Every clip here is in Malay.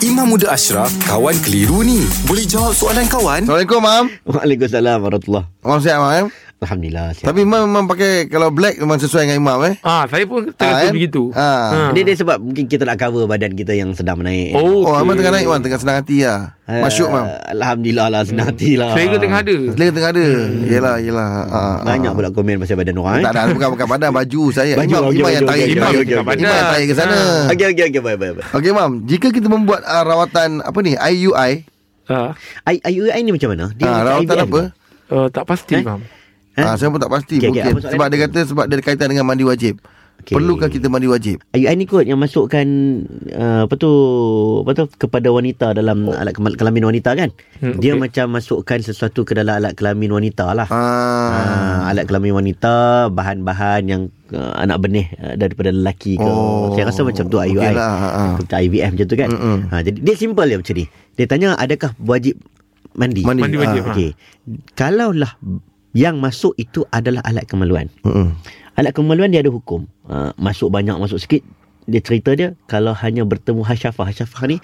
Imam Muda Ashraf, kawan keliru ni. Boleh jawab soalan kawan? Assalamualaikum, Mam. Waalaikumsalam warahmatullahi Mam sihat, Ya. Mam. eh? Alhamdulillah sihat. Tapi Mam memang pakai kalau black memang sesuai dengan Imam, eh? Ah, saya pun Ah, terkata kan? begitu. Ah. Dia, dia sebab mungkin kita nak cover badan kita yang sedang menaik Oh, Oh, Mam tengah naik, Mam. Tengah senang hati lah. Eh, Masyuk, Mam. Alhamdulillah lah Senang hati lah Ha, Saya tengah ada. Selera tengah ada. Yelah, yelah. Ah, Hmm. Banyak pula komen pasal badan orang eh? Tak ada bukan bukan badan baju saya. Baju, imam, baju, imam baju, yang tarik imam, okey, okey, okay, okey, imam, okey. yang tarik ke sana. Okey okey okey baik baik baik. Okey mam, jika kita membuat uh, rawatan apa ni IUI, Ah, I- IUI ni macam mana? ah, macam rawatan IVF apa? ke? ah, tak pasti, Eh? Mam. Eh? Ah, saya pun tak pasti Okey, okey, mungkin apa soalan sebab dia? dia kata sebab dia ada kaitan dengan mandi wajib. Okey. Perlukah kita mandi wajib? IUI ni kot yang masukkan uh, apa tu apa tu kepada wanita dalam oh. alat kemal- kelamin wanita kan. Hmm, Hmm, dia okey. okay. macam masukkan sesuatu ke dalam alat kelamin wanita lah. Ah. Ah, alat kelamin wanita, bahan-bahan yang uh, anak benih uh, daripada lelaki ke. Oh. Saya rasa macam tu IUI. Okey lah, ha, ha. Macam IVF macam tu kan. Mm-mm. Ha, jadi dia simple dia macam ni. Dia tanya adakah wajib mandi? Ah, Mandi. Mandi wajib, ha. Okey. Kalaulah yang masuk itu adalah alat kemaluan. Hmm. Alat kemaluan dia ada hukum. Uh, masuk banyak, masuk sikit. Dia cerita dia kalau hanya bertemu hasyafah. Hasyafah ni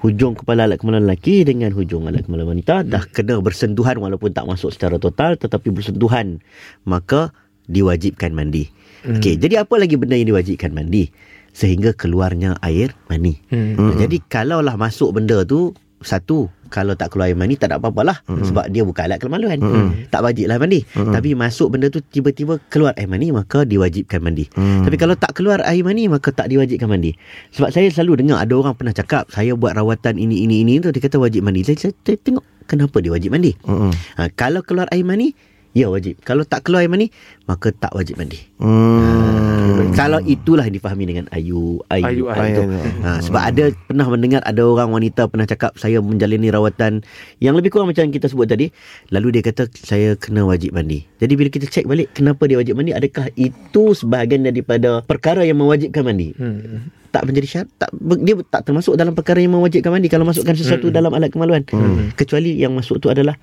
hujung kepala alat kemaluan lelaki dengan hujung alat kemaluan wanita dah kena bersentuhan walaupun tak masuk secara total tetapi bersentuhan. Maka diwajibkan mandi. Hmm. Okey, jadi apa lagi benda yang diwajibkan mandi? Sehingga keluarnya air mani. Hmm. Hmm. Jadi kalaulah masuk benda tu satu kalau tak keluar air mani tak ada apa-apa lah mm-hmm. sebab dia bukan alat kemaluan mm-hmm. tak wajiblah mandi mm-hmm. tapi masuk benda tu tiba-tiba keluar air mani maka diwajibkan mandi mm. tapi kalau tak keluar air mani maka tak diwajibkan mandi sebab saya selalu dengar ada orang pernah cakap saya buat rawatan ini ini ini tu dia kata wajib mandi saya, saya, saya tengok kenapa dia wajib mandi Hmm. ha, kalau keluar air mani ya wajib kalau tak keluar air mani maka tak wajib mandi Ha, Hmm. kalau itulah yang difahami dengan ayu ayu, Ayu, ayu tu. ayu. Ha, sebab ada pernah mendengar ada orang wanita pernah cakap saya menjalani rawatan yang lebih kurang macam kita sebut tadi lalu dia kata saya kena wajib mandi. Jadi bila kita cek balik kenapa dia wajib mandi adakah itu sebahagian daripada perkara yang mewajibkan mandi? Hmm. tak menjadi syarat tak ber- dia tak termasuk dalam perkara yang mewajibkan mandi kalau masukkan sesuatu mm. dalam alat kemaluan mm. kecuali yang masuk tu adalah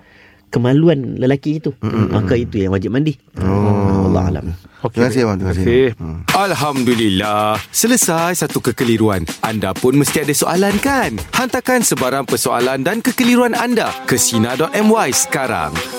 kemaluan lelaki itu mm. maka itu yang wajib mandi oh. Allah alam Terima Okey. kasih mam, terima kasih. Terima kasih. Alhamdulillah, selesai satu kekeliruan. Anda pun mesti ada soalan kan? Hantarkan sebarang persoalan dan kekeliruan anda ke Sina.my sekarang.